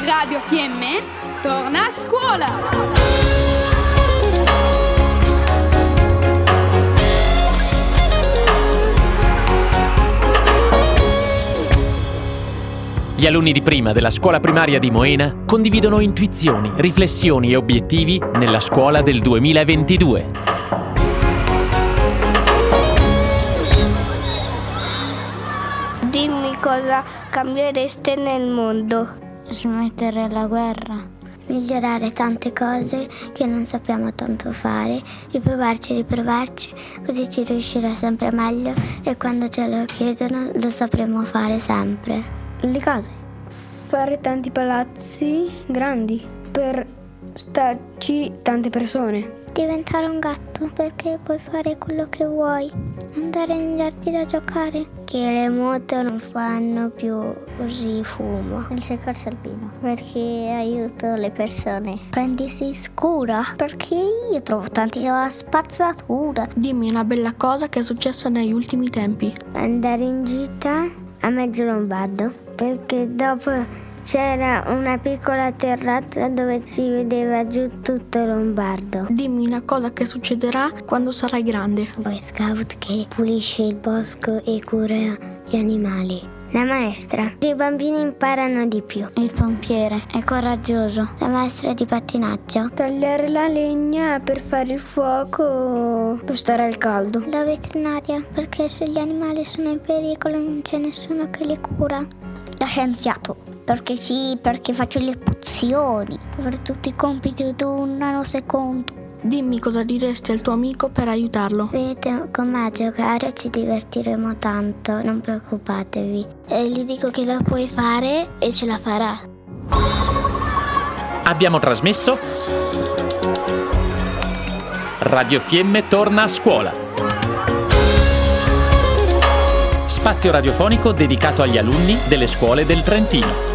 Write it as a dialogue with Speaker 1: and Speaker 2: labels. Speaker 1: Radio Fiemme torna a scuola!
Speaker 2: Gli alunni di prima della scuola primaria di Moena condividono intuizioni, riflessioni e obiettivi nella scuola del 2022.
Speaker 3: Dimmi cosa cambiereste nel mondo.
Speaker 4: smettere la guerra.
Speaker 5: migliorare tante cose che non sappiamo tanto fare, riprovarci e riprovarci, così ci riuscirà sempre meglio e quando ce lo chiedono lo sapremo fare sempre.
Speaker 6: le case, fare tanti palazzi grandi per starci tante persone.
Speaker 5: Diventare un gatto perché puoi fare quello che vuoi, andare in giardino a giocare. Che le moto non fanno più così fumo.
Speaker 4: Il soccorso alpino.
Speaker 5: Perché aiuto le persone. Prendersi cura. Perché io trovo tanti spazzatura.
Speaker 7: Dimmi una bella cosa che è successa negli ultimi tempi.
Speaker 5: Andare in gita a mezzo lombardo. Perché dopo c'era una piccola terrazza dove si vedeva giù tutto lombardo.
Speaker 7: Dimmi una cosa che succederà quando sarai grande.
Speaker 5: Boy Scout che pulisce il bosco e cura gli animali. La maestra. I bambini imparano di più.
Speaker 4: Il pompiere è coraggioso.
Speaker 5: La maestra di pattinaggio.
Speaker 6: Tagliare la legna per fare il fuoco, per stare al caldo.
Speaker 5: La veterinaria, perché se gli animali sono in pericolo non c'è nessuno che li cura.
Speaker 4: Da scienziato. Perché sì, perché faccio le pozioni. Per tutti i compiti di un nanosecondo.
Speaker 7: Dimmi cosa diresti al tuo amico per aiutarlo.
Speaker 5: Venite con me a giocare, ci divertiremo tanto, non preoccupatevi.
Speaker 4: E gli dico che la puoi fare e ce la farà.
Speaker 2: Abbiamo trasmesso Radio Fiemme torna a scuola. Spazio radiofonico dedicato agli alunni delle scuole del Trentino.